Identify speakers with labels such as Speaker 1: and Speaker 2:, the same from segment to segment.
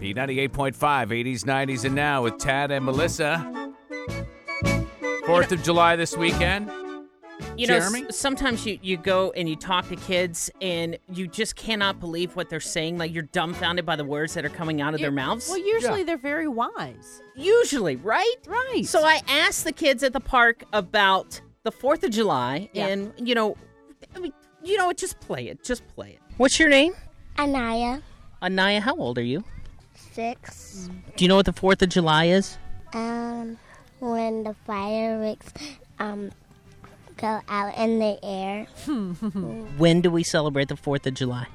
Speaker 1: B98.5, 80s, 90s, and now with Tad and Melissa. Fourth of July this weekend.
Speaker 2: You know,
Speaker 1: Jeremy?
Speaker 2: s- sometimes you, you go and you talk to kids and you just cannot believe what they're saying. Like you're dumbfounded by the words that are coming out of their mouths.
Speaker 3: Well, usually they're very wise.
Speaker 2: Usually, right?
Speaker 3: Right.
Speaker 2: So I asked the kids at the park about the 4th of July
Speaker 3: Yeah.
Speaker 2: and, you know, I mean, you know, what, just play it. Just play it.
Speaker 4: What's your name?
Speaker 5: Anaya,
Speaker 2: Anaya, how old are you?
Speaker 5: six.
Speaker 2: Do you know what the 4th of July is?
Speaker 5: Um, when the fireworks um go out in the air,
Speaker 2: When do we celebrate the 4th of July?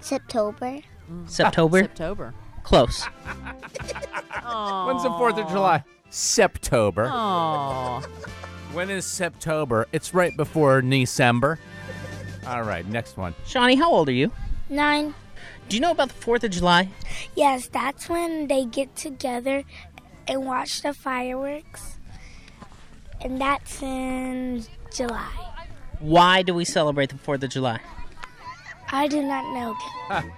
Speaker 5: September,
Speaker 2: September?
Speaker 3: September.
Speaker 2: Close.
Speaker 1: When's the Fourth of July? September.
Speaker 3: Oh,
Speaker 1: When is September? It's right before December. All right, next one.
Speaker 2: Shawnee, how old are you?
Speaker 5: nine.
Speaker 2: Do you know about the 4th of July?
Speaker 6: Yes, that's when they get together and watch the fireworks. And that's in July.
Speaker 2: Why do we celebrate the 4th of July?
Speaker 6: I do not know.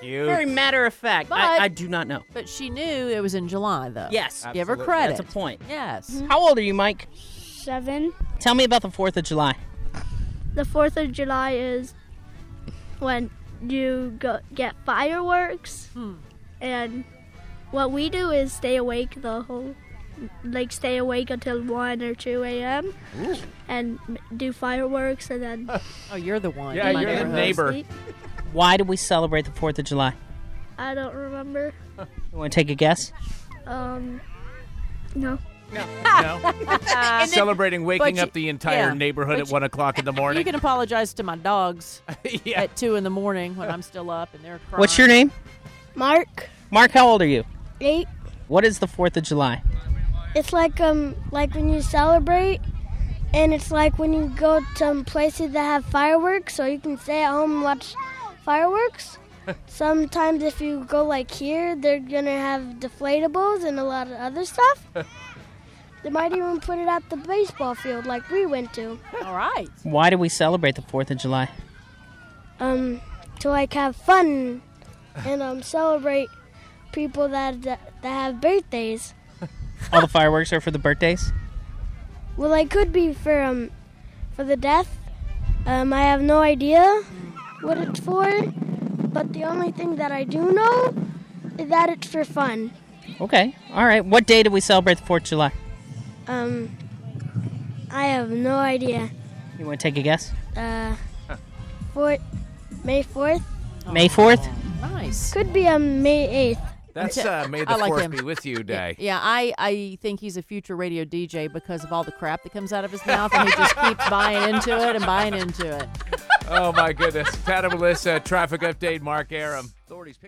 Speaker 1: Cute.
Speaker 2: Very matter of fact.
Speaker 3: But-
Speaker 2: I, I do not know.
Speaker 3: but she knew it was in July, though.
Speaker 2: Yes. Mm-hmm.
Speaker 3: Give her
Speaker 1: Absolutely.
Speaker 3: credit.
Speaker 2: That's a point.
Speaker 3: Yes.
Speaker 2: How old are you, Mike?
Speaker 6: Seven.
Speaker 2: Tell me about the 4th of July.
Speaker 6: The 4th of July is when you go get fireworks. And what we do is stay awake the whole like stay awake until 1 or 2 a.m. and m- do fireworks and then
Speaker 3: Oh, you're the one.
Speaker 1: Yeah,
Speaker 3: in my
Speaker 1: you're the
Speaker 3: neighborhood.
Speaker 1: neighbor.
Speaker 6: sleep.
Speaker 2: Why do we celebrate the 4th of July?
Speaker 6: I don't remember.
Speaker 2: You want to take a guess?
Speaker 6: Um no.
Speaker 1: No? Celebrating waking
Speaker 3: you-
Speaker 1: up the entire
Speaker 3: yeah.
Speaker 1: neighborhood
Speaker 3: But
Speaker 1: at
Speaker 3: you-
Speaker 1: 1 o'clock in the
Speaker 3: You
Speaker 1: morning.
Speaker 3: can apologize to my dogs
Speaker 1: yeah.
Speaker 3: at two in the morning when I'm still up and they're crying.
Speaker 2: What's your name?
Speaker 6: Mark
Speaker 2: Mark, how old are you?
Speaker 6: 8
Speaker 2: What is the 4th of July?
Speaker 6: It's like um like when you celebrate and it's like when you go to um, places that have fireworks so you can stay at home and watch fireworks. Sometimes if you go like here, they're going to have deflatables and a lot of other stuff. they might even put it at the baseball field like we went to.
Speaker 3: All right.
Speaker 2: Why do we celebrate the 4th of July?
Speaker 6: Um to like have fun and um celebrate people that that, that have birthdays.
Speaker 2: All the fireworks are for the birthdays?
Speaker 6: Well, I could be for um for the death. Um, I have no idea what it's for, but the only thing that I do know is that it's for fun.
Speaker 2: Okay. All right. What day do we celebrate the 4th of July?
Speaker 6: Um, I have no idea.
Speaker 2: You want to take a guess?
Speaker 6: Uh, for May fourth
Speaker 2: May 4th?
Speaker 3: Nice.
Speaker 6: could be um May eighth.
Speaker 1: That's uh, May the
Speaker 3: I like
Speaker 1: 4th
Speaker 3: him.
Speaker 1: be with you day.
Speaker 3: Yeah, I, I think he's a future radio DJ because of all the crap that comes out of his mouth, and he just keeps buying into it and buying into it.
Speaker 1: Oh, my goodness. Tad and Melissa, traffic update, Mark Aram. Authorities picking